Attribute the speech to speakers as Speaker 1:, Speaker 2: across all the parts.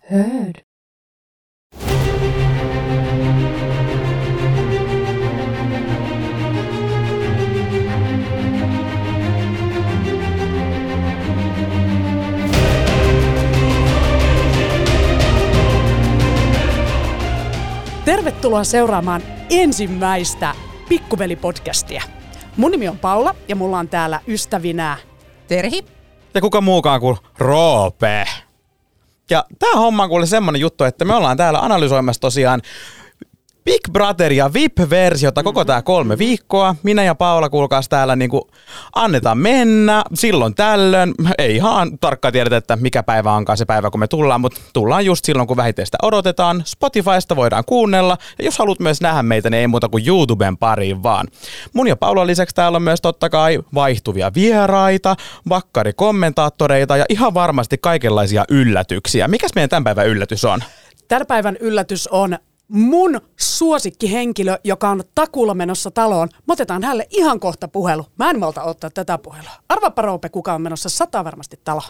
Speaker 1: Hör! Tervetuloa seuraamaan ensimmäistä Pikkuveli-podcastia. Mun nimi on Paula ja mulla on täällä ystävinä
Speaker 2: Terhi.
Speaker 3: Ja kuka muukaan kuin Roope. Ja tää homma on kuule semmonen juttu, että me ollaan täällä analysoimassa tosiaan Big Brother ja VIP-versiota koko tää kolme viikkoa. Minä ja Paula kuulkaas täällä niinku annetaan mennä silloin tällöin. Ei ihan tarkkaan tiedetä, että mikä päivä onkaan se päivä, kun me tullaan, mutta tullaan just silloin, kun vähiteistä odotetaan. Spotifysta voidaan kuunnella. Ja jos haluat myös nähdä meitä, niin ei muuta kuin YouTuben pariin vaan. Mun ja Paulan lisäksi täällä on myös totta kai vaihtuvia vieraita, vakkarikommentaattoreita ja ihan varmasti kaikenlaisia yllätyksiä. Mikäs meidän tämän päivän yllätys on?
Speaker 1: Tämän päivän yllätys on mun suosikkihenkilö, joka on takuulla menossa taloon. Me otetaan hänelle ihan kohta puhelu. Mä en malta ottaa tätä puhelua. Arvaappa Roope, kuka on menossa sata varmasti taloon.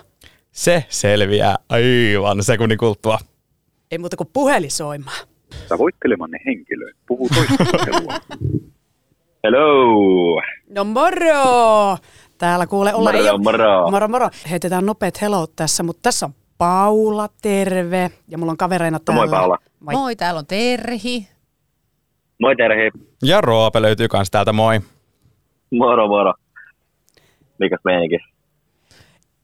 Speaker 3: Se selviää aivan sekunnin kulttua.
Speaker 1: Ei muuta kuin puheli soimaan.
Speaker 4: tavoittelemanne henkilö puhuu toista puhelua. Hello!
Speaker 1: No moro! Täällä kuule olla
Speaker 4: Moro,
Speaker 1: ei oo-
Speaker 4: moro.
Speaker 1: moro, moro. Heitetään nopeat hello tässä, mutta tässä on Paula, terve. Ja mulla on kavereina
Speaker 4: No
Speaker 1: täällä.
Speaker 4: moi, Paula.
Speaker 1: Moi.
Speaker 2: Moi, täällä on Terhi.
Speaker 4: Moi Terhi.
Speaker 3: Ja Roope löytyy kans täältä, moi.
Speaker 4: Moro, moro. Mikäs meininki?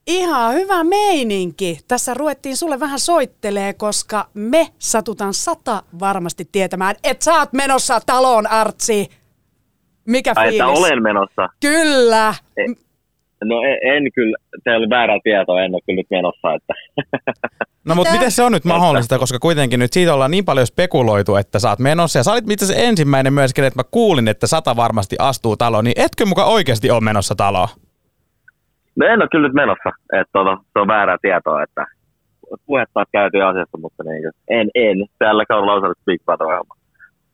Speaker 1: Ihan hyvä meininki. Tässä ruvettiin sulle vähän soittelee, koska me satutaan sata varmasti tietämään, että sä oot menossa taloon, Artsi. Mikä
Speaker 4: Ai, että
Speaker 1: fiilis?
Speaker 4: olen menossa.
Speaker 1: Kyllä.
Speaker 4: E- No en, en kyllä, teillä oli väärää tietoa, en ole kyllä nyt menossa. Että.
Speaker 3: No mutta
Speaker 2: Mitä?
Speaker 3: miten se on nyt mahdollista, koska kuitenkin nyt siitä ollaan niin paljon spekuloitu, että sä oot menossa. Ja sä olit itse asiassa ensimmäinen myöskin, että mä kuulin, että sata varmasti astuu taloon, niin etkö muka oikeasti ole menossa taloon?
Speaker 4: No en ole kyllä nyt menossa, että tota, se on väärää tietoa, että puhetta on käyty asiasta, mutta niin, kuin, en, en. Tällä kaudella on osannut Big Brother-ohjelma.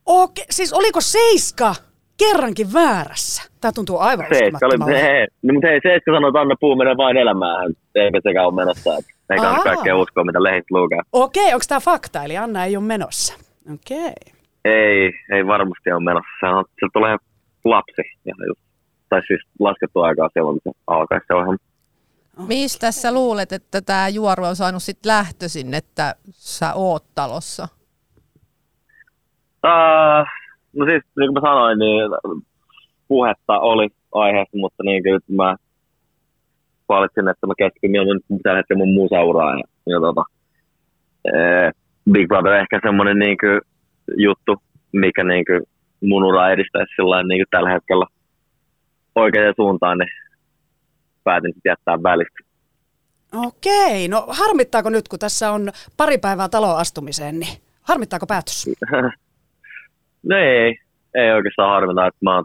Speaker 1: Okei, siis oliko seiska kerrankin väärässä? Tämä tuntuu aivan
Speaker 4: Seiska oli,
Speaker 1: uskomattomalta.
Speaker 4: he, no, mutta hei, Seiska sanoi, että anna puu mene vain elämään. Eikä sekään ole menossa. Että, eikä
Speaker 1: Aa.
Speaker 4: anna kaikkea uskoa, mitä lehdistä lukee.
Speaker 1: Okei, onko tämä fakta? Eli Anna ei ole menossa. Okei.
Speaker 4: Ei, ei varmasti ole menossa. Se, on, se tulee lapsi. Ja just, tai siis laskettu aikaa silloin, kun se alkaisi se ohjelma.
Speaker 1: Oh.
Speaker 2: Mistä sä luulet, että tämä juoru on saanut sit lähtöisin, että sä oot talossa?
Speaker 4: Uh, no siis, niin kuin mä sanoin, niin puhetta oli aiheesta, mutta niin kuin mä valitsin, että mä keskityn mieluummin nyt tällä hetkellä mun museuraan. Ja, ja tota, ee, Big Brother on ehkä semmoinen niin kuin, juttu, mikä niin kuin, mun ura edistäisi sillä lailla, niin kuin tällä hetkellä oikeaan suuntaan, niin päätin sitten jättää välistä.
Speaker 1: Okei, no harmittaako nyt, kun tässä on pari päivää taloon astumiseen, niin harmittaako päätös?
Speaker 4: No ei, ei oikeastaan harmita, että mä oon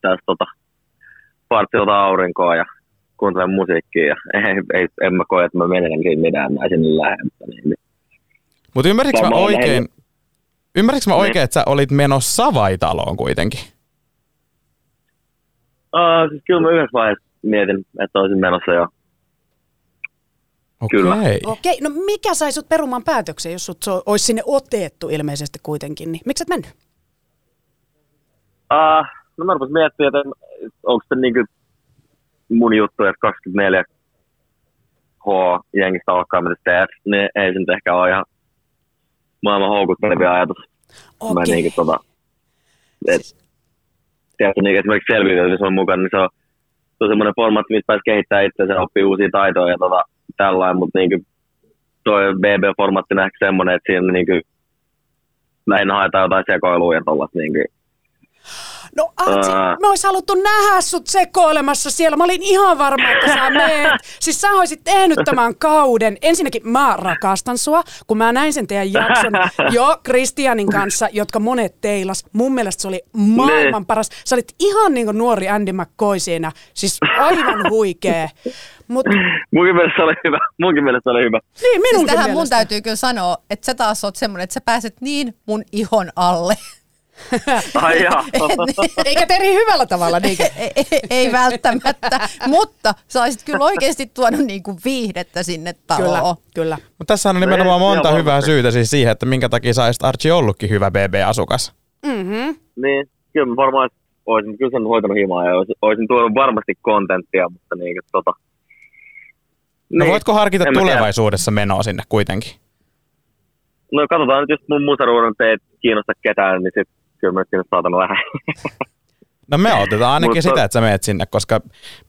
Speaker 4: tässä tota, partiota aurinkoa ja kuuntelen musiikkia ja ei, ei, en mä koe, että mä menen siinä mitään, mä sinne lähden. mutta Niin, niin.
Speaker 3: Mutta ymmärsinkö mä
Speaker 4: Varmaan
Speaker 3: oikein,
Speaker 4: lähinnä.
Speaker 3: ymmärsinkö mä
Speaker 4: Niin.
Speaker 3: oikein, että sä olit menossa vai taloon kuitenkin?
Speaker 4: Uh, siis kyllä mä yhdessä vaiheessa mietin, että olisin menossa jo.
Speaker 3: Okei.
Speaker 4: Kyllä.
Speaker 1: Okei, no mikä sai sut perumaan päätöksen, jos sut so- olisi sinne otettu ilmeisesti kuitenkin, niin miksi et mennyt?
Speaker 4: Uh, no mä rupesin miettimään, että onko se niinku mun juttu, että 24 H jengistä alkaa mennä TF, niin ei se nyt ehkä ole ihan maailman houkuttelevia ajatus. Mä
Speaker 1: Okei,
Speaker 4: niinku tota, et, tiedätkö, niin esimerkiksi selviytyä, jos on mukana, niin se on, se on semmoinen formaatti, missä pääsee kehittämään itseänsä, oppii uusia taitoja ja tota, tällainen, mutta niin kuin, toi BB-formaatti on ehkä semmoinen, että siinä niin kuin, lähinnä haetaan jotain sekoilua ja tollaista. Niin kuin.
Speaker 1: no Artsi,
Speaker 4: Ää.
Speaker 1: mä ois haluttu nähdä sut sekoilemassa siellä, mä olin ihan varma, että sä meet. Siis sä oisit tehnyt tämän kauden. Ensinnäkin mä rakastan sua, kun mä näin sen teidän jakson jo Kristianin kanssa, jotka monet teilas. Mun mielestä se oli maailman paras. Sä olit ihan niin kuin nuori Andy McCoy siinä, siis aivan huikee. Mut,
Speaker 4: Munkin mielestä se oli hyvä. Munkin mielestä se oli hyvä.
Speaker 1: niin,
Speaker 2: Siis
Speaker 1: minunkin
Speaker 2: tähän mun
Speaker 1: mielestä.
Speaker 2: täytyy kyllä sanoa, että sä taas oot semmoinen, että sä pääset niin mun ihon alle.
Speaker 4: Ai jaa.
Speaker 1: Eikä Teri hyvällä tavalla, niinkö?
Speaker 2: ei, ei, ei välttämättä, mutta saisit kyllä oikeasti tuonut niin kuin viihdettä sinne
Speaker 1: Kyllä,
Speaker 2: taloon.
Speaker 1: kyllä.
Speaker 3: Mutta tässä on
Speaker 4: No
Speaker 3: nimenomaan
Speaker 4: ei, joo,
Speaker 3: monta
Speaker 4: varmasti.
Speaker 3: hyvää syytä siis siihen, että minkä takia saisit Archie ollutkin hyvä BB-asukas.
Speaker 1: Mm-hmm.
Speaker 4: niin, kyllä mä varmaan olisin, kyllä sen hoitanut himaa ja olisin, olisin tuonut varmasti kontenttia, mutta niin, että tota.
Speaker 3: No voitko harkita
Speaker 4: Niin. en mä tiedä.
Speaker 3: tulevaisuudessa menoa sinne kuitenkin?
Speaker 4: No katsotaan nyt, jos mun musaruudun teet kiinnosta ketään, niin sit kyllä mä nyt sinne saatan lähden.
Speaker 3: No me otetaan ainakin
Speaker 4: Mutta-
Speaker 3: sitä, että sä meet sinne, koska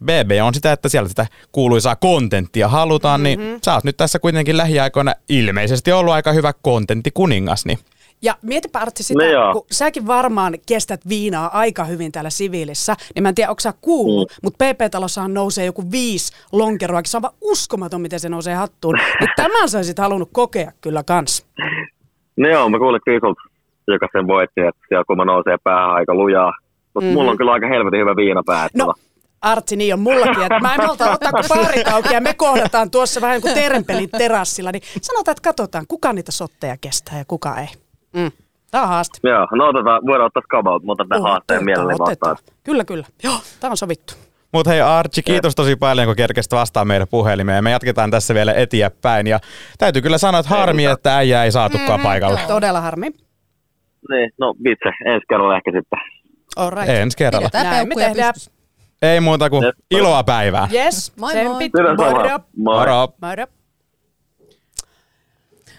Speaker 3: BB on sitä, että siellä sitä kuuluisaa kontenttia halutaan, mm-hmm. niin sä oot nyt tässä kuitenkin lähiaikoina ilmeisesti ollut aika hyvä kontenttikuningas, niin
Speaker 1: Ja mietipä Artsi sitä,
Speaker 4: No
Speaker 1: no
Speaker 4: joo.
Speaker 1: kun säkin varmaan kestät viinaa aika hyvin täällä siviilissä, niin mä en tiedä, onko sä kuullut, mm. mutta PP-talossahan nousee joku viisi lonkeroakin. Se on vaan uskomaton, miten se nousee hattuun. Niin tämän sä olisit halunnut kokea kyllä kans.
Speaker 4: No joo, mä kuulin Krisult, joka sen voitti, että siellä kun mä nousee päähän aika lujaa. Mutta mm-hmm. mulla on kyllä aika helvetin hyvä viinapää. että
Speaker 1: No,
Speaker 4: tota.
Speaker 1: Artsi, niin on mullakin. Että mä en malta ottaa kuin paarit auki ja me kohdataan tuossa vähän kuin terempelin terassilla. Niin sanotaan, että katsotaan, kuka niitä sotteja kestää ja kuka ei. Mm. Tämä on haaste.
Speaker 4: Joo, no otetaan, voidaan ottaa skabaut, mä otan tämän
Speaker 1: Otetaan,
Speaker 4: haasteen mielelläni vastaan.
Speaker 1: Kyllä, kyllä. Joo, tämä on sovittu.
Speaker 3: Mutta hei Archie, kiitos tosi paljon, kun kerkesit vastaan meidän puhelimeen. Me jatketaan tässä vielä eteenpäin. Ja täytyy kyllä sanoa, että harmi, että äijä ei saatukaan paikalle.
Speaker 1: Todella harmi.
Speaker 4: Niin, no vitse, ensi kerralla ehkä sitten.
Speaker 1: All right.
Speaker 3: Ensi kerralla.
Speaker 2: Pidetään
Speaker 1: Näin me
Speaker 2: peukkuja
Speaker 1: tehdään.
Speaker 2: pystyssä.
Speaker 3: Ei muuta kuin
Speaker 4: Jep.
Speaker 3: iloa päivää.
Speaker 1: Yes,
Speaker 2: Moi moi.
Speaker 1: tsempit.
Speaker 4: Kyllä
Speaker 1: Moro.
Speaker 4: sama. Moi.
Speaker 3: Moro.
Speaker 1: Moro.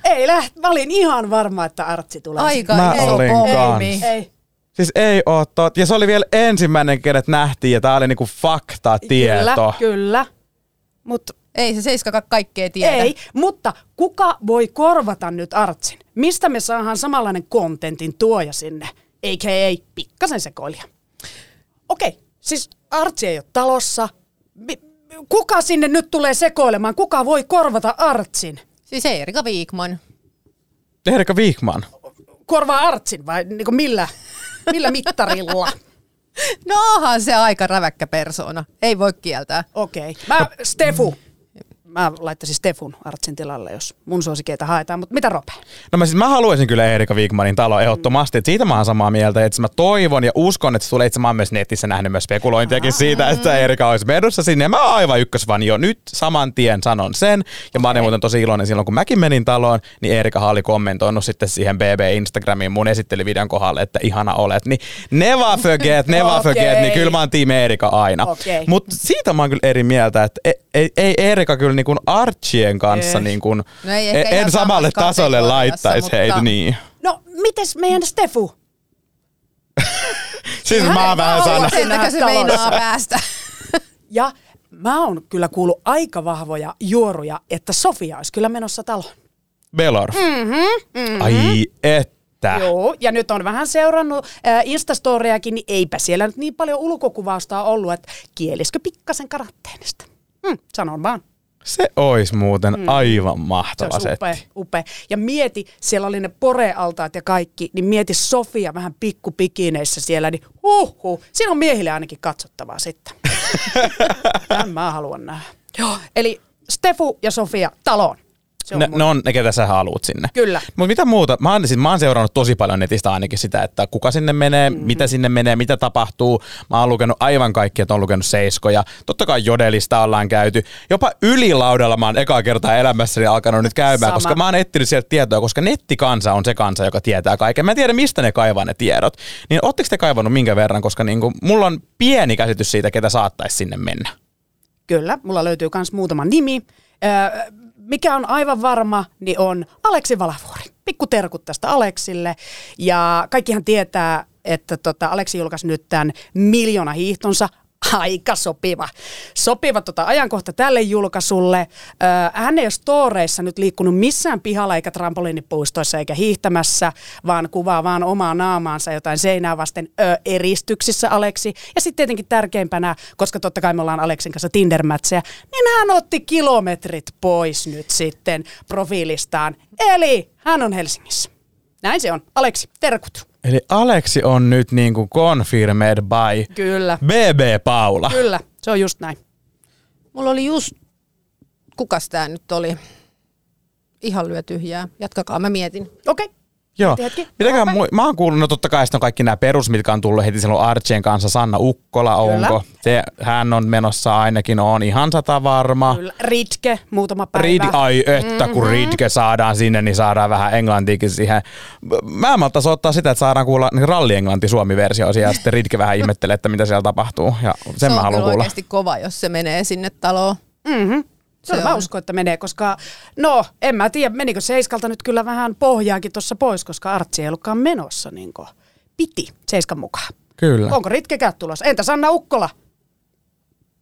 Speaker 1: Ei läht, mä olin ihan varma, että Artsi tulee.
Speaker 2: Aika
Speaker 3: Mä
Speaker 2: iso
Speaker 3: olin
Speaker 2: pommi.
Speaker 3: kans.
Speaker 1: Ei.
Speaker 3: Siis ei oo tot... Ja se oli vielä ensimmäinen, kenet nähtiin, ja tää oli niinku faktatieto.
Speaker 1: Kyllä, kyllä. Mut
Speaker 2: Ei se seiskakaan kaikkea tiedä.
Speaker 1: ei, mutta kuka voi korvata nyt Artsin? Mistä me saadaan samanlainen kontentin tuoja sinne? Eikä ei, pikkasen sekoilija. Okei, siis Artsi ei ole talossa. Mi- Kuka sinne nyt tulee sekoilemaan? Kuka voi korvata Artsin?
Speaker 2: Siis Erika Viikman.
Speaker 3: Erika Viikman.
Speaker 1: Korvaa Artsin vai niinku millä, millä mittarilla?
Speaker 2: No onhan se aika räväkkä persona. Ei voi kieltää.
Speaker 1: Okei. Mä, Stefu. Mä laittaisin Stefun Artsin tilalle, jos mun suosikeita haetaan, mutta mitä Rope?
Speaker 3: No mä siis mä haluaisin kyllä Erika Wigmanin talo ehdottomasti, että siitä mä oon samaa mieltä, että mä toivon ja uskon, että se tulee itse mä oon myös netissä nähnyt myös spekulointiakin siitä,
Speaker 1: Ah.
Speaker 3: että Erika olisi menossa sinne. Ja mä oon aivan ykkösvani jo nyt saman tien sanon sen. Ja mä olin muuten tosi iloinen silloin, kun mäkin menin taloon, niin Erika oli kommentoinut sitten siihen BB Instagramiin mun esittelyvideon kohdalle, että ihana olet. Niin never forget, never
Speaker 1: Okei.
Speaker 3: forget, niin kyllä mä oon tiimi Erika aina.
Speaker 1: Okei.
Speaker 3: Mutta siitä mä oon kyllä eri mieltä, että ei- ei, ei Erika kyllä niin kuin Archien kanssa
Speaker 1: Ei.
Speaker 3: niin kuin
Speaker 2: No ei
Speaker 3: en
Speaker 2: ehkä ihan
Speaker 3: en samalle
Speaker 2: samassa
Speaker 3: tasolle
Speaker 2: kategoriassa,
Speaker 3: laittaisi
Speaker 2: mutta-
Speaker 3: heitä, niin.
Speaker 1: No, mites meidän Stefu?
Speaker 3: Siis mä oon vähän
Speaker 1: Haluan
Speaker 3: sana.
Speaker 2: Sen takia se
Speaker 1: Talossa.
Speaker 2: meinaa päästä.
Speaker 1: Ja mä oon kyllä kuullut aika vahvoja juoruja, että Sofia olisi kyllä menossa taloon.
Speaker 3: Belor. Mm-hmm,
Speaker 2: Mhm,
Speaker 3: mm-hmm. Ai että.
Speaker 1: Joo, ja nyt on vähän seurannut äh, Instastoreakin, niin eipä siellä nyt niin paljon ulkokuvausta ole ollut, että kieliskö pikkasen karanteenista? Hmm, sanon vaan.
Speaker 3: Se ois muuten mm. aivan mahtava
Speaker 1: Se
Speaker 3: se
Speaker 1: olisi upea, upea. Ja mieti, siellä oli ne porealtaat ja kaikki, niin mieti Sofia vähän pikkupikineissä siellä, niin huhhuh, siinä on miehille ainakin katsottavaa sitten. Tämän mä haluan nähdä. Joo. Eli Stefu ja Sofia taloon. Se on
Speaker 3: Ne,
Speaker 1: mun-
Speaker 3: ne on ne, ketä sä haluut sinne.
Speaker 1: Kyllä.
Speaker 3: Mutta mitä muuta? Mä oon, siis, mä oon seurannut tosi paljon netistä ainakin sitä, että kuka sinne menee,
Speaker 1: Mm.
Speaker 3: mm-hmm. mitä sinne menee, mitä tapahtuu. Mä oon lukenut aivan kaikki, että oon lukenut seiskoja. Totta kai jodelista ollaan käyty. Jopa ylilaudalla mä oon ekaa kertaa elämässäni alkanut nyt käymään,
Speaker 1: Sama.
Speaker 3: koska mä oon etsinyt sieltä tietoa, koska nettikansa on se kansa, joka tietää kaiken. Mä en tiedä, mistä ne kaivaa ne tiedot. Niin ootteko te kaivannut minkä verran, koska niinku, mulla on pieni käsitys siitä, ketä saattaisi sinne mennä.
Speaker 1: Kyllä, mulla löytyy myös muutama nimi. Öö, mikä on aivan varma, niin on Aleksi Valavuori. Pikku terkut tästä Aleksille. Ja kaikkihan tietää, että tota, Aleksi julkaisi nyt tämän miljoona hiihtonsa. Aika sopiva. Sopiva tota ajankohta tälle julkaisulle. Öö, hän ei ole storeissa nyt liikkunut missään pihalla eikä trampoliinipuistoissa eikä hiihtämässä, vaan kuvaa vaan omaa naamaansa jotain seinää vasten öö, eristyksissä Aleksi. Ja sitten tietenkin tärkeimpänä, koska totta kai me ollaan Aleksin kanssa tinder niin hän otti kilometrit pois nyt sitten profiilistaan. Eli hän on Helsingissä. Näin se on. Aleksi, terkut.
Speaker 3: Eli Aleksi on nyt niinku confirmed by
Speaker 1: Kyllä.
Speaker 3: BB Paula.
Speaker 1: Kyllä, se on just näin.
Speaker 2: Mulla oli just... Kukas tää nyt oli? Ihan lyö tyhjää. Jatkakaa, mä mietin.
Speaker 1: Okei. Okay.
Speaker 3: Joo.
Speaker 1: Hetki.
Speaker 3: Mitäkään mu- mä oon kuullut, no totta kai sitten on kaikki nämä perus, mitkä on tullut heti silloin Archien kanssa, Sanna Ukkola, onko? Te, hän on menossa ainakin, on ihan sata varma.
Speaker 1: Kyllä. Ritke, muutama päivä.
Speaker 3: Rid, ai että kun mm-hmm. Ridke saadaan sinne, niin saadaan vähän englantiikin siihen. Mä en maltaisi ottaa sitä, että saadaan kuulla niin ralli-englanti Suomi-versio ja sitten Ridke vähän ihmettelee, että mitä siellä tapahtuu. Ja sen
Speaker 2: se
Speaker 3: mä
Speaker 2: on
Speaker 3: haluan
Speaker 2: kyllä
Speaker 3: kuulla.
Speaker 2: oikeasti kova, jos se menee sinne taloon.
Speaker 1: Mm-hmm. Kyllä
Speaker 2: Se
Speaker 1: mä
Speaker 2: on.
Speaker 1: uskon, että menee, koska no en mä tiedä, menikö Seiskalta nyt kyllä vähän pohjaakin tuossa pois, koska Artsi ei ollutkaan menossa niin kuin piti Seiskan mukaan.
Speaker 3: Kyllä.
Speaker 1: Onko ritkekään tulossa? Entä Sanna Ukkola?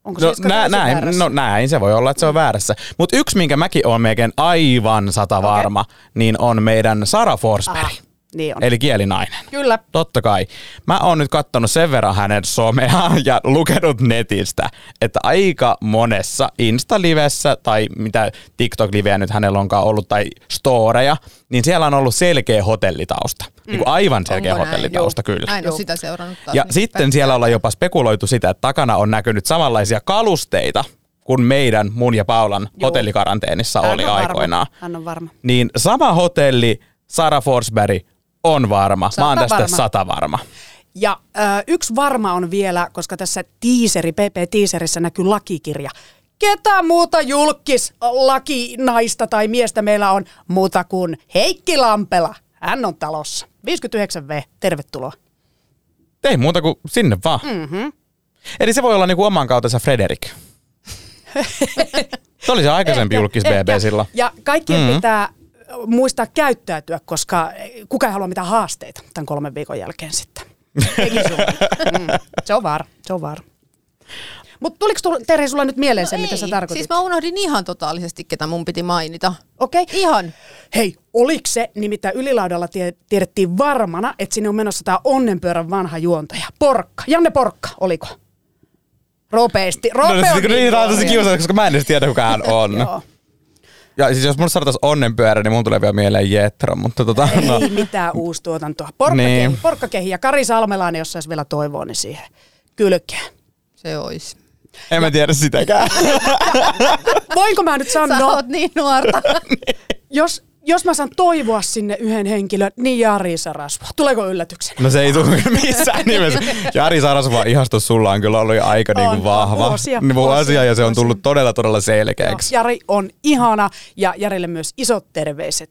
Speaker 1: Onko
Speaker 3: No,
Speaker 1: Seiska
Speaker 3: nä,
Speaker 1: täysin
Speaker 3: näin,
Speaker 1: väärässä?
Speaker 3: no näin, se voi olla, että se on väärässä. Mutta yksi, minkä mäkin olen melkein aivan sata varma, niin on meidän Sara Forsberg,
Speaker 1: Ah, niin on. Eli...
Speaker 3: eli kielinainen.
Speaker 1: Kyllä.
Speaker 3: Totta kai. Mä oon nyt kattonut sen verran hänen somea ja lukenut netistä, että aika monessa Insta-livessä tai mitä TikTok-liveä nyt hänellä onkaan ollut tai storeja, niin siellä on ollut selkeä hotellitausta. Mm. Niin kuin aivan selkeä
Speaker 2: Onko näin?
Speaker 3: hotellitausta,
Speaker 2: Juu.
Speaker 3: kyllä.
Speaker 2: Mä en ole sitä seurannut taas niin
Speaker 3: Ja
Speaker 1: niin
Speaker 2: nyt
Speaker 3: sitten siellä ollaan jopa spekuloitu sitä, että takana on näkynyt samanlaisia kalusteita kuin meidän, mun ja Paulan
Speaker 1: Joo.
Speaker 3: hotellikaranteenissa oli
Speaker 1: Hän on varma.
Speaker 3: aikoinaan.
Speaker 1: Hän on varma.
Speaker 3: Niin sama hotelli, Sara Forsberg, on varma. Mä oon
Speaker 1: Sata
Speaker 3: tästä
Speaker 1: varma.
Speaker 3: sata varma.
Speaker 1: Ja ö, yksi varma on vielä, koska tässä tiiseri, PP-tiiserissä näkyy lakikirja. Ketä muuta julkis laki naista tai miestä meillä on muuta kuin Heikki Lampela. Hän on talossa. 59V, tervetuloa.
Speaker 3: Ei muuta kuin sinne vaan. Mm-hmm. Eli se voi olla niinku oman kautensa Frederik. se oli se aikaisempi
Speaker 1: Ehkä,
Speaker 3: julkis
Speaker 1: ehkä.
Speaker 3: BB sillä.
Speaker 1: Ja kaikkien mm-hmm. pitää muistaa käyttäytyä, koska kuka ei halua mitään haasteita tämän kolmen viikon jälkeen sitten. Eikin sun. mm. Se on var, se on var. Mutta tuliko tul- Terhi sulla nyt mieleen no se,
Speaker 2: ei.
Speaker 1: mitä sä tarkoitit?
Speaker 2: Siis mä unohdin ihan totaalisesti, ketä mun piti mainita.
Speaker 1: Okei.
Speaker 2: Ihan.
Speaker 1: Hei, oliko se, nimittäin ylilaudalla tie- tiedettiin varmana, että sinne on menossa tämä onnenpyörän vanha juontaja. Porkka. Janne Porkka, oliko? Ropeesti. Rope
Speaker 3: No,
Speaker 1: on
Speaker 3: no, siis, niin, tämä on tosi
Speaker 1: nuori.
Speaker 3: kiusaa, koska mä en edes tiedä, kuka hän on.
Speaker 1: Joo.
Speaker 3: Ja siis jos mun sanotaan onnenpyörä, niin mun tulee vielä mieleen Jetro, mutta tota,
Speaker 1: Ei
Speaker 3: no,
Speaker 1: mitään uustuotantoa. Porkkakehi,
Speaker 3: Niin.
Speaker 1: niin. porkkakehi ja Kari Salmelainen, jos saisi vielä toivoa, niin siihen kylkeen.
Speaker 2: Se ois.
Speaker 3: en mä tiedä sitäkään.
Speaker 1: Voinko mä nyt
Speaker 2: Sä
Speaker 1: sanoa,
Speaker 2: oot niin nuorta.
Speaker 1: jos, jos mä saan toivoa sinne yhden henkilön, niin Jari Sarasvo. Tuleeko yllätyksenä?
Speaker 3: No se ei tule missään nimessä. Jari Sarasva ihastus sulla on kyllä ollut jo aika niin
Speaker 1: On,
Speaker 3: kuin
Speaker 1: on
Speaker 3: vahva.
Speaker 1: vuosia,
Speaker 3: Niin
Speaker 1: vuosia,
Speaker 3: vuosia, ja se on
Speaker 1: vuosia.
Speaker 3: tullut todella todella selkeäksi.
Speaker 1: Jari on ihana ja Jarille myös isot terveiset.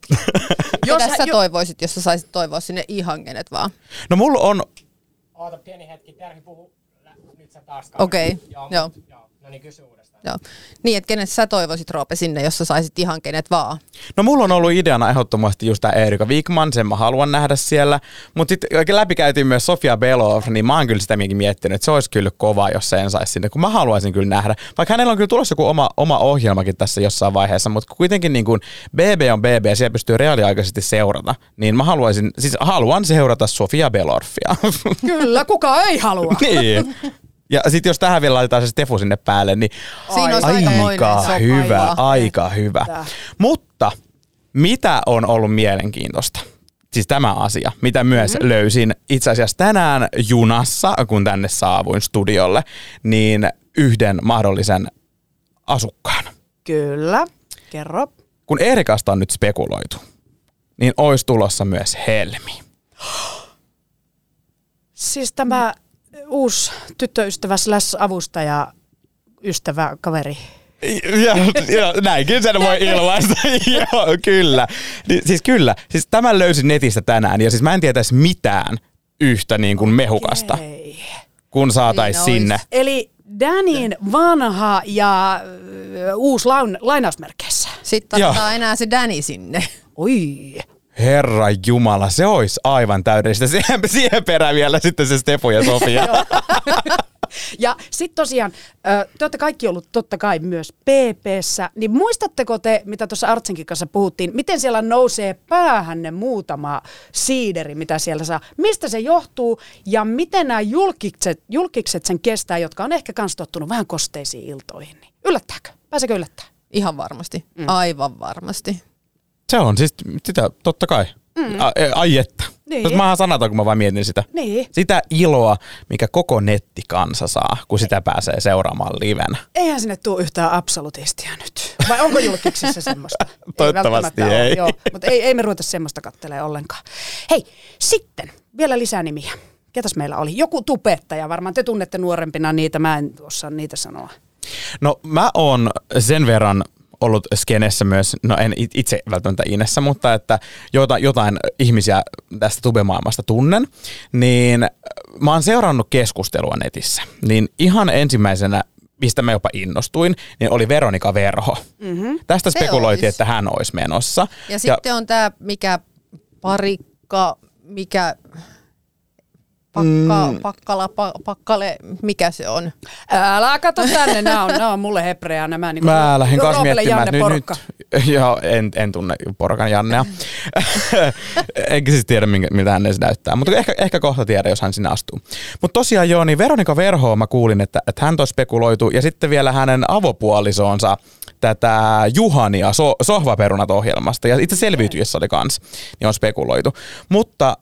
Speaker 2: Jos
Speaker 1: hän-
Speaker 2: sä
Speaker 1: jo-
Speaker 2: toivoisit, jos sä saisit toivoa sinne ihan kenet vaan.
Speaker 3: No mulla on
Speaker 5: Oota pieni hetki, Terhi puhuu. Lä- Nyt sä taas kaverit.
Speaker 2: Okei,
Speaker 5: Joo.
Speaker 2: joo.
Speaker 5: Joo. No niin, kysy uudestaan.
Speaker 2: Joo. Niin, että kenet sä toivoisit, Roope, sinne, jos sä saisit ihan kenet vaan.
Speaker 3: No mulla on ollut ideana ehdottomasti just tämä Erika Wigman, sen mä haluan nähdä siellä. Mutta sitten läpikäytiin myös Sofia Belov, niin mä oon kyllä sitä minkin miettinyt, että se olisi kyllä kova, jos se en saisi sinne, kun mä haluaisin kyllä nähdä. Vaikka hänellä on kyllä tulossa joku oma, oma ohjelmakin tässä jossain vaiheessa, mutta kuitenkin niin kuin BB on BB, siellä pystyy reaaliaikaisesti seurata. Niin mä haluaisin, siis haluan seurata Sofia Belorfia.
Speaker 1: Kyllä, kuka ei halua.
Speaker 3: niin. Ja sitten jos tähän vielä laitetaan se Stefu sinne päälle, niin
Speaker 2: Siinä olisi aika
Speaker 3: Aika
Speaker 2: moinen
Speaker 3: hyvä,
Speaker 2: sopaiva.
Speaker 3: aika hyvä. Mutta mitä on ollut mielenkiintoista? Siis tämä asia, mitä myös mm-hmm. löysin itse asiassa tänään junassa, kun tänne saavuin studiolle, niin yhden mahdollisen asukkaan.
Speaker 1: Kyllä, kerro.
Speaker 3: Kun Erikasta on nyt spekuloitu, niin olisi tulossa myös Helmi.
Speaker 1: Siis tämä uusi tyttöystävä slash avustaja, ystävä, kaveri.
Speaker 3: Ja, ja näinkin sen voi ilmaista. Joo, kyllä. Ni- Siis kyllä. Siis tämän löysin netistä tänään ja siis mä en tietäisi mitään yhtä niin kuin mehukasta,
Speaker 1: Ei.
Speaker 3: kun
Speaker 1: Niin
Speaker 3: saatais
Speaker 2: Siinä
Speaker 3: sinne.
Speaker 1: Eli Danin vanha ja ö, uusi laun, lainausmerkeissä.
Speaker 2: Sitten
Speaker 3: Joo.
Speaker 2: ottaa enää se Dani sinne.
Speaker 1: Oi,
Speaker 3: Herra Jumala, se olisi aivan täydellistä. Siihen, siihen perään vielä sitten se Stefu ja Sofia.
Speaker 1: Ja sitten tosiaan, ö, te olette kaikki ollut totta kai myös PPssä, niin muistatteko te, mitä tuossa Artsenkin kanssa puhuttiin, miten siellä nousee päähän ne muutama siideri, mitä siellä saa? Mistä se johtuu ja miten nämä julkikset, julkikset sen kestää, jotka on ehkä kans tottunut vähän kosteisiin iltoihin? Niin yllättääkö? Pääsekö yllättää?
Speaker 2: Ihan varmasti. Aivan varmasti.
Speaker 3: se on siis sitä, totta kai. Mm. A, ai että.
Speaker 1: Niin.
Speaker 3: Niin. Mä oon sanaton, kun mä vaan mietin sitä.
Speaker 1: Niin.
Speaker 3: Sitä iloa, mikä koko nettikansa saa, kun sitä pääsee seuraamaan livenä.
Speaker 1: Eihän sinne tule yhtään absolutistia nyt. Vai onko julkiksissa semmoista? Ei
Speaker 3: Toivottavasti
Speaker 1: välttämättä ole,
Speaker 3: ei.
Speaker 1: Joo, mutta ei, ei me ruveta semmoista kattelee ollenkaan. Hei, sitten vielä lisää nimiä. Ketäs meillä oli? Joku tupettaja varmaan. Te tunnette nuorempina niitä, mä en osaa niitä sanoa.
Speaker 3: No mä oon sen verran ollut skenessä myös, no en it- itse välttämättä Inessä, mutta että jota, jotain ihmisiä tästä tubemaailmasta tunnen, niin mä oon seurannut keskustelua netissä. Niin ihan ensimmäisenä, mistä mä jopa innostuin, niin oli Veronika Verho. Mm-hmm. Tästä
Speaker 2: Se
Speaker 3: spekuloitiin,
Speaker 2: ois.
Speaker 3: että hän olisi menossa.
Speaker 2: Ja sitten on tämä, mikä parikka, mikä pakka, mm. pakkala, pa, pakkale, mikä se on?
Speaker 1: Älä kato tänne, nämä on, nämä on mulle hebreaa nämä. Niin
Speaker 3: Mä lähdin kanssa miettimään,
Speaker 1: Janne
Speaker 3: että nyt,
Speaker 1: Porkka.
Speaker 3: nyt joo, en, en tunne Porkan Jannea. Enkä siis tiedä, minkä, miltä hän edes näyttää. Mutta ehkä, ehkä kohta tiedä, jos hän sinne astuu. Mutta tosiaan joo, niin Veronika Verhoa mä kuulin, että, että hän toi spekuloitu. Ja sitten vielä hänen avopuolisonsa tätä Juhania so, sohvaperunat ohjelmasta. Ja itse selviytyjessä oli kans, niin on spekuloitu. Mutta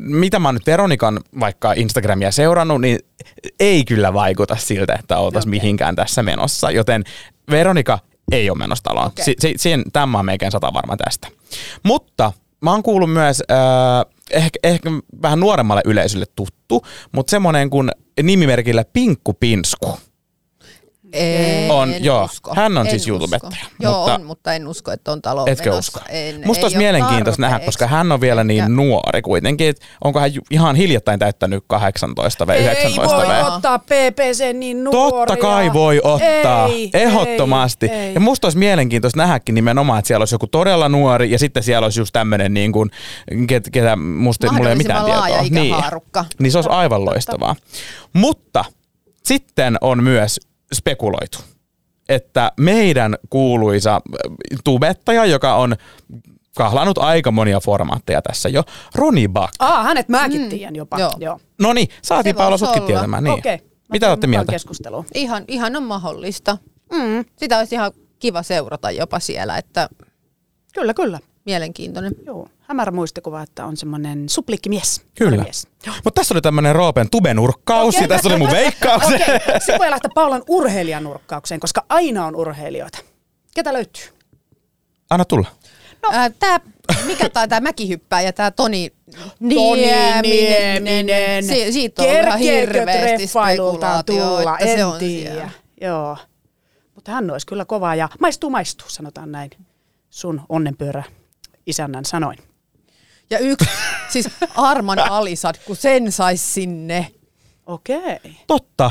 Speaker 3: mitä mä oon nyt Veronikan vaikka Instagramia seurannut, niin ei kyllä vaikuta siltä, että oltaisiin okay. mihinkään tässä menossa. Joten Veronika ei ole menossa taloon. Okay. Si- si- siin, tämä on melkein sata varma tästä. Mutta mä oon kuullut myös äh, ehkä, ehkä vähän nuoremmalle yleisölle tuttu, mutta semmoinen kuin nimimerkillä Pinkku Pinsku.
Speaker 2: En
Speaker 3: On, joo.
Speaker 2: Usko.
Speaker 3: Hän on
Speaker 2: en
Speaker 3: siis
Speaker 2: usko.
Speaker 3: YouTubettaja,
Speaker 2: Joo,
Speaker 3: mutta-
Speaker 2: mutta, on, mutta en usko, että on talo
Speaker 3: Etkö
Speaker 2: menossa.
Speaker 3: usko?
Speaker 2: En,
Speaker 3: Musta
Speaker 2: ei
Speaker 3: olisi
Speaker 2: ole
Speaker 3: mielenkiintoista nähdä,
Speaker 2: tarpeeksi.
Speaker 3: koska hän on vielä niin
Speaker 2: Ja-
Speaker 3: nuori kuitenkin, että onko hän ju- ihan hiljattain täyttänyt 18 vai 19
Speaker 1: Ei voi
Speaker 3: vai?
Speaker 1: ottaa PPC niin nuoria.
Speaker 3: Totta kai voi ottaa,
Speaker 1: Ei,
Speaker 3: ei, ehdottomasti.
Speaker 1: Ei, ei.
Speaker 3: Ja musta olisi mielenkiintoista nähdäkin nimenomaan, että siellä olisi joku todella nuori ja sitten siellä olisi just tämmöinen, niin kuin, ket, ketä musta, mulla ei ole mitään
Speaker 2: Mahdollisimman
Speaker 3: tietoa.
Speaker 2: laaja ikähaarukka.
Speaker 3: niin se olisi aivan loistavaa. Mutta sitten on myös spekuloitu, että meidän kuuluisa äh, tubettaja, joka on kahlannut aika monia formaatteja tässä jo, Roni Back.
Speaker 1: Aa, hänet mäkin mm. tiedän jopa. Joo.
Speaker 2: Joo.
Speaker 1: Joo.
Speaker 3: No niin, saatiin
Speaker 2: Se voisi
Speaker 3: Paula sutkin
Speaker 2: olla.
Speaker 3: tietämään. Niin.
Speaker 1: Okei. Mä
Speaker 3: Mitä
Speaker 1: tuun
Speaker 3: olette
Speaker 1: mukaan
Speaker 3: mieltä?
Speaker 1: Keskusteluun.
Speaker 2: Ihan, ihan on mahdollista. Mm. Sitä olisi ihan kiva seurata jopa siellä, että
Speaker 1: Kyllä, kyllä.
Speaker 2: mielenkiintoinen.
Speaker 1: Joo. Hämärä muistikuva, että on semmoinen suplikkimies.
Speaker 3: Kyllä.
Speaker 1: Mies.
Speaker 3: Mutta tässä oli tämmöinen Roopen tubenurkkaus okay. ja tässä oli mun veikkaukset.
Speaker 1: Okei, sitten voi lähteä Paulan urheilijanurkkaukseen, koska aina on urheilijoita. Ketä löytyy?
Speaker 3: Anna tulla.
Speaker 2: No. Ää, tää, mikä tää, tää mäkihyppääjä, tää Toni Niin,
Speaker 1: Toni
Speaker 2: Nieminen,
Speaker 1: Nieminen.
Speaker 2: niin, Si, siitä on ollut ihan
Speaker 1: Kerkeekö
Speaker 2: hirveästi
Speaker 1: treffailultaan
Speaker 2: spekulaatioita,
Speaker 1: tulla?
Speaker 2: että se
Speaker 1: En
Speaker 2: on
Speaker 1: tiedä.
Speaker 2: siellä.
Speaker 1: Joo. Mutta hän olisi kyllä kova ja maistuu maistuu, sanotaan näin. Sun onnenpyörä isännän sanoin.
Speaker 2: Ja yksi, siis Arman Alisad, kun sen sais sinne.
Speaker 1: Okei.
Speaker 3: Totta.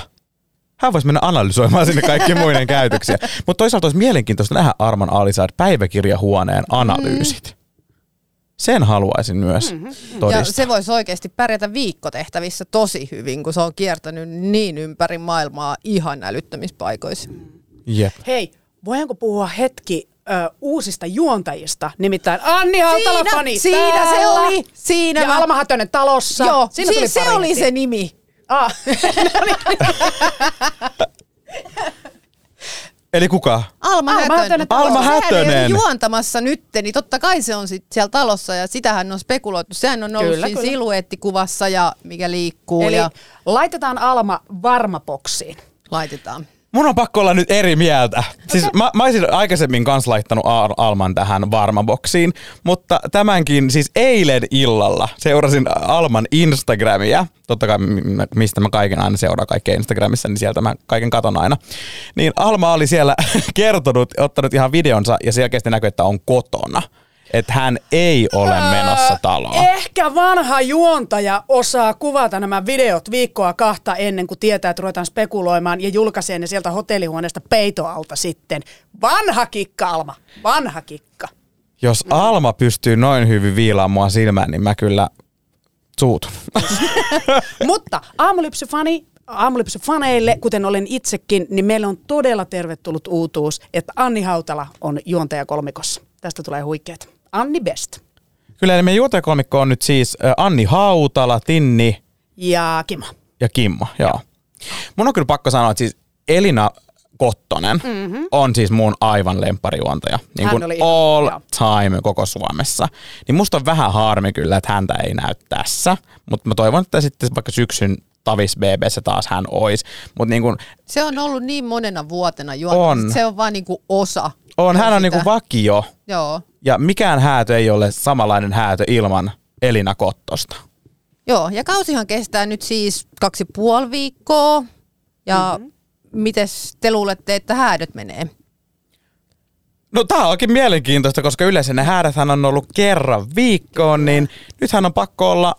Speaker 3: Hän voisi mennä analysoimaan sinne kaikki muiden käytöksiä. Mutta toisaalta olisi mielenkiintoista nähdä Arman Alisaad päiväkirjahuoneen analyysit. Sen haluaisin myös
Speaker 2: Ja
Speaker 3: todistaa.
Speaker 2: se voisi oikeasti pärjätä viikkotehtävissä tosi hyvin, kun se on kiertänyt niin ympäri maailmaa ihan älyttömissä paikoissa.
Speaker 3: Jep.
Speaker 1: Hei, voidaanko puhua hetki ö, uusista juontajista? Nimittäin Anni Hautala fani
Speaker 2: siinä se
Speaker 1: täällä.
Speaker 2: oli, siinä
Speaker 1: Ja
Speaker 2: mä-
Speaker 1: Alma Hätönen talossa.
Speaker 2: Joo,
Speaker 1: Siinä tuli
Speaker 2: siis se
Speaker 1: pari
Speaker 2: oli
Speaker 1: heti.
Speaker 2: se nimi.
Speaker 1: Ah.
Speaker 3: Eli kuka?
Speaker 2: Alma,
Speaker 1: Alma
Speaker 2: Alma
Speaker 1: Hätönen
Speaker 2: Hätönen.
Speaker 3: talossa.
Speaker 2: Sehän ei ole
Speaker 3: Hätönen.
Speaker 2: juontamassa nyt, niin totta kai se on sit siellä talossa ja sitähän on spekuloitu. Sehän on ollut
Speaker 1: Kyllä,
Speaker 2: kyllä, siinä
Speaker 1: kyllä.
Speaker 2: kyllä. siluettikuvassa ja mikä liikkuu
Speaker 1: Eli
Speaker 2: Eli... ja
Speaker 1: laitetaan Alma varmapoksiin.
Speaker 2: laitetaan.
Speaker 3: Mun on pakko olla nyt eri mieltä. Siis mä, mä olisin aikaisemmin kans laittanut Aar- Alman tähän varmaboksiin, mutta tämänkin siis eilen illalla seurasin Alman Instagramia. Totta kai m- m- mistä mä kaiken aina seuraan kaikkea Instagramissa, niin sieltä mä kaiken katon aina. Niin Alma oli siellä kertonut, ottanut ihan videonsa ja selkeästi näkyy, että on kotona. Että hän ei ole menossa taloon.
Speaker 1: Ehkä vanha juontaja osaa kuvata nämä videot viikkoa kahta ennen kuin tietää, että ruvetaan spekuloimaan ja julkaisee ne sieltä hotellihuoneesta peitoalta sitten. Vanha kikka, Alma. Vanha kikka.
Speaker 3: Jos Alma pystyy noin hyvin viilaamaan mua silmään, niin mä kyllä suutun.
Speaker 1: Mutta aamulypsyfani, aamulypsyfaneille, kuten olen itsekin, niin meillä on todella tervetullut uutuus, että Anni Hautala on juontaja kolmikossa. Tästä tulee huikeet. Anni Best
Speaker 3: Kyllä, eli meidän juontajakolmikko on nyt siis ö, Anni Hautala, Tinni
Speaker 1: ja Kimo.
Speaker 3: ja Kimmo. Joo. Mun on kyllä pakko sanoa, että siis Elina Kottonen mm-hmm. on siis mun aivan lemparijuontaja. Niin
Speaker 1: Mhm. Hän
Speaker 3: kuin
Speaker 1: oli ihana,
Speaker 3: all
Speaker 1: joo.
Speaker 3: time koko Suomessa. Niin musta on vähän harmi kyllä, että häntä ei näy tässä. Mutta mä toivon, että sitten vaikka syksyn Tavis BBssä taas hän ois. Mutta niin kuin
Speaker 2: Se on ollut niin monena vuotena juontamassa,
Speaker 3: On.
Speaker 2: että se on vaan niinku osa
Speaker 3: On, hän on
Speaker 2: Sitä.
Speaker 3: niinku vakio.
Speaker 2: Joo.
Speaker 3: Ja mikään häätö ei ole samanlainen häätö ilman Elina Kottosta.
Speaker 2: Joo, ja kausihan kestää nyt siis kaksi ja puoli viikkoa. Ja mm-hmm. mites te luulette, että häädöt menee?
Speaker 3: No tää onkin mielenkiintoista, koska yleensä ne häädäthän on ollut kerran viikkoon, niin nythän on pakko olla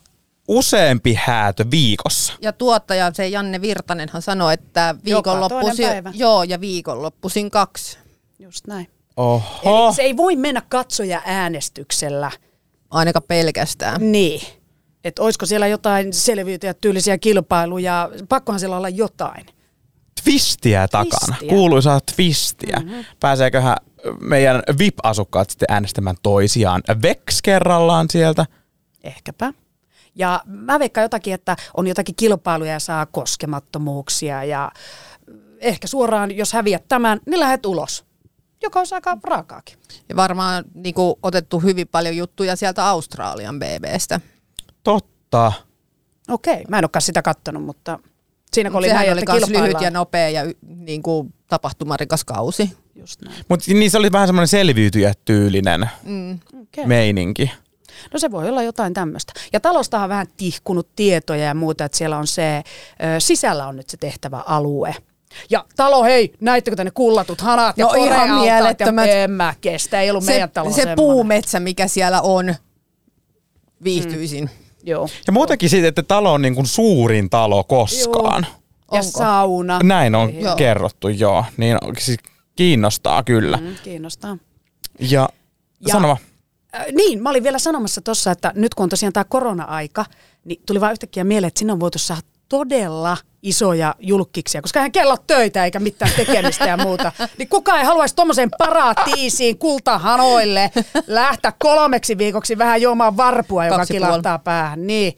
Speaker 3: useampi häätö viikossa.
Speaker 2: Ja tuottaja, se Janne Virtanenhan sanoi, että viikonloppuisin,
Speaker 1: toinen päivä.
Speaker 2: joo, ja viikonloppuisin kaksi.
Speaker 1: Just näin.
Speaker 3: Oho.
Speaker 1: Eli se ei voi mennä katsoja äänestyksellä.
Speaker 2: Ainakaan pelkästään.
Speaker 1: Niin. Että olisiko siellä jotain selviytyjä tyylisiä kilpailuja, pakkohan siellä olla jotain.
Speaker 3: twistiä takana,
Speaker 1: Twistiä.
Speaker 3: kuuluisaa twistiä. Mm-hmm. Pääseeköhän meidän VIP-asukkaat sitten äänestämään toisiaan veks kerrallaan sieltä?
Speaker 1: Ehkäpä. Ja mä veikkaan jotakin, että on jotakin kilpailuja ja saa koskemattomuuksia ja eh, ehkä suoraan, jos häviät tämän, niin lähet ulos. Joka on aika raakaakin.
Speaker 2: Ja varmaan niin kuin, otettu hyvin paljon juttuja sieltä Australian BBstä.
Speaker 3: Totta.
Speaker 1: Okei, mä en olekaan sitä kattonut, mutta siinä kun oli
Speaker 2: Sehän
Speaker 1: näin,
Speaker 2: oli
Speaker 1: että
Speaker 2: myös lyhyt
Speaker 1: kilpaillaan.
Speaker 2: ja nopea ja y- niin kuin, tapahtumarikas kausi.
Speaker 1: Just näin.
Speaker 3: Mutta niin se oli vähän semmoinen selviytyjä tyylinen
Speaker 2: Mm.
Speaker 1: Okei.
Speaker 3: meininki.
Speaker 1: No se voi olla jotain tämmöistä. Ja talostahan on vähän tihkunut tietoja ja muuta, että siellä on se, ö, sisällä on nyt se tehtävä alue. Ja talo, hei, näittekö tänne kullatut hanat ja
Speaker 2: No ihan
Speaker 1: korealtaat
Speaker 2: mielettömät.
Speaker 1: ja en mä kestä, ei ollut
Speaker 2: Se,
Speaker 1: meidän talo
Speaker 2: se
Speaker 1: semmoinen.
Speaker 2: puumetsä, mikä siellä on, viihtyisin. Mm.
Speaker 1: Joo.
Speaker 3: Ja muutenkin siitä, että talo on niin kuin suurin talo koskaan.
Speaker 1: Ja
Speaker 2: Onko?
Speaker 1: sauna.
Speaker 3: Näin on
Speaker 2: Ah, Joo.
Speaker 3: kerrottu, joo. Niin siis kiinnostaa kyllä. Mm.
Speaker 1: Mm, kiinnostaa.
Speaker 3: Ja, ja
Speaker 1: Ja-
Speaker 3: sanoma,
Speaker 1: Äh, niin, mä olin vielä sanomassa tuossa, että nyt kun on tosiaan tämä korona-aika, niin tuli vaan yhtäkkiä mieleen, että sinne on voitu saada todella isoja julkkiksia, koska hän kello töitä eikä mitään tekemistä ja muuta. Niin kukaan ei haluaisi tuommoiseen paratiisiin kultahanoille lähteä kolmeksi viikoksi vähän juomaan varpua, joka
Speaker 2: Kaksi
Speaker 1: kilahtaa päähän. Niin.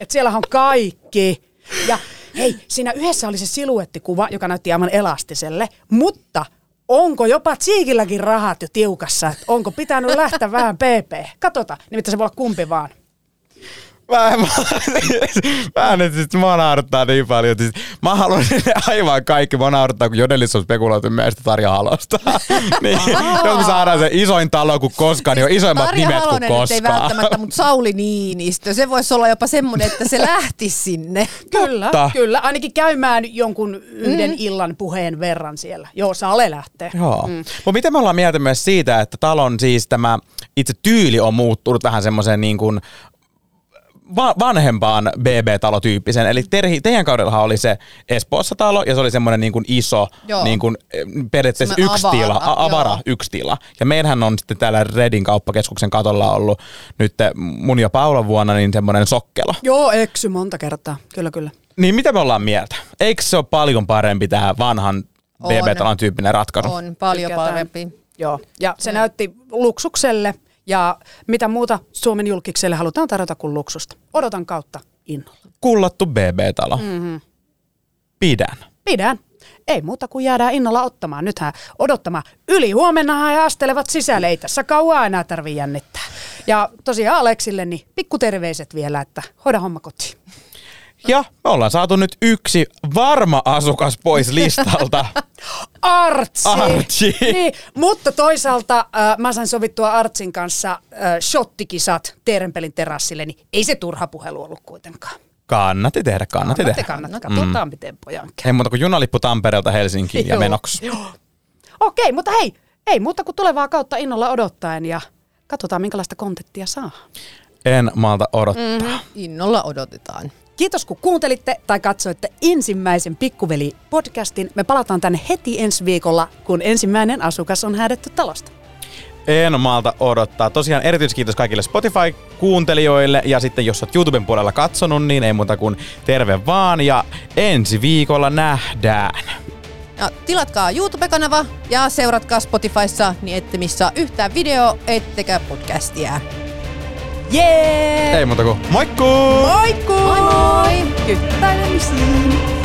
Speaker 1: Et siellähän on kaikki. Ja hei, siinä yhdessä oli se siluettikuva, joka näytti aivan elastiselle, mutta onko jopa Tsiikilläkin rahat jo tiukassa, että onko pitänyt lähteä vähän PP? Katota, nimittäin se voi olla kumpi vaan.
Speaker 3: Mä, mä, mä nyt siis, mä naurattaa niin paljon. Siis, mä haluan sinne aivan kaikki. Mä naurattaa, kun Jodelissa on spekuloitu meistä Tarja Halosta. niin, jos me saadaan se isoin talo kuin koskaan, niin on isoimmat
Speaker 2: Tarja
Speaker 3: nimet
Speaker 2: Halonen
Speaker 3: kuin
Speaker 2: nyt ei
Speaker 3: koskaan.
Speaker 2: välttämättä, mutta Sauli Niinistö, se voisi olla jopa semmoinen, että se lähti sinne.
Speaker 1: Kyllä,
Speaker 3: Totta.
Speaker 1: kyllä. Ainakin käymään jonkun yhden mm. illan puheen verran siellä. Joo, Sale lähtee.
Speaker 3: Joo. Mm. Mutta miten me ollaan mieltä myös siitä, että talon siis tämä itse tyyli on muuttunut vähän semmoiseen niin kuin va- vanhempaan BB-talotyyppiseen. Eli terhi, teidän kaudellahan oli se Espoossa talo ja se oli semmoinen niin kuin iso,
Speaker 2: Joo.
Speaker 3: niin kuin, eh, periaatteessa
Speaker 2: Semmoinen
Speaker 3: yksi
Speaker 2: avara,
Speaker 3: tila, a- avara
Speaker 2: joo.
Speaker 3: yksi tila. Ja meillähän on sitten täällä Redin kauppakeskuksen katolla ollut nyt eh, mun ja Paulan vuonna niin semmoinen sokkelo.
Speaker 1: Joo, eksy monta kertaa. Kyllä, kyllä.
Speaker 3: Niin mitä me ollaan mieltä? Eikö se ole paljon parempi tämä vanhan
Speaker 2: On.
Speaker 3: BB-talon tyyppinen ratkaisu?
Speaker 2: On paljon
Speaker 1: Tykätään.
Speaker 2: parempi.
Speaker 1: Joo, ja se näytti luksukselle ja mitä muuta Suomen julkikselle halutaan tarjota kuin luksusta. Odotan kautta innolla.
Speaker 3: kullattu BB-talo. Mm-hmm. Pidän.
Speaker 1: Pidän. Ei muuta kuin jäädään innolla ottamaan. Nythän odottamaan. Yli huomennahan he astelevat sisälle. Ei tässä kauan enää tarvii jännittää. Ja tosiaan Aleksille niin pikkuterveiset vielä, että hoida homma kotiin.
Speaker 3: Ja me ollaan saatu nyt yksi varma asukas pois listalta.
Speaker 1: Artsi!
Speaker 3: Artsi.
Speaker 1: Niin, mutta toisaalta äh, mä sain sovittua Artsin kanssa äh, shottikisat Teerenpelin terassille, niin ei se turha puhelu ollut kuitenkaan.
Speaker 3: kannatti tehdä, kannatti
Speaker 1: Kannatti,
Speaker 3: tehdä.
Speaker 1: kannatti. Katsotaan, miten pojan käy.
Speaker 3: Ei muuta kuin junalippu Tampereelta Helsinkiin ja
Speaker 1: Joo.
Speaker 3: menoksi.
Speaker 1: Okei, mutta hei, ei muuta kuin tulevaa kautta innolla odottaen ja katsotaan, minkälaista kontenttia saa.
Speaker 3: En malta odottaa. Mm.
Speaker 2: Innolla odotetaan.
Speaker 1: Kiitos kun kuuntelitte tai katsoitte ensimmäisen Pikkuveli-podcastin. Me palataan tänne heti ensi viikolla, kun ensimmäinen asukas on häädetty talosta.
Speaker 3: En malta odottaa. Tosiaan erityiskiitos kaikille Spotify-kuuntelijoille ja sitten jos oot YouTuben puolella katsonut, niin ei muuta kuin terve vaan ja ensi viikolla nähdään.
Speaker 2: Ja tilatkaa YouTube-kanava ja seuratkaa Spotifyssa, niin ette missaa yhtään video, ettekä podcastia.
Speaker 1: Jee!
Speaker 3: Ei muuta kuin moikkuu!
Speaker 1: Moikku!
Speaker 2: Moi moi!
Speaker 1: Kyttäilemisiin!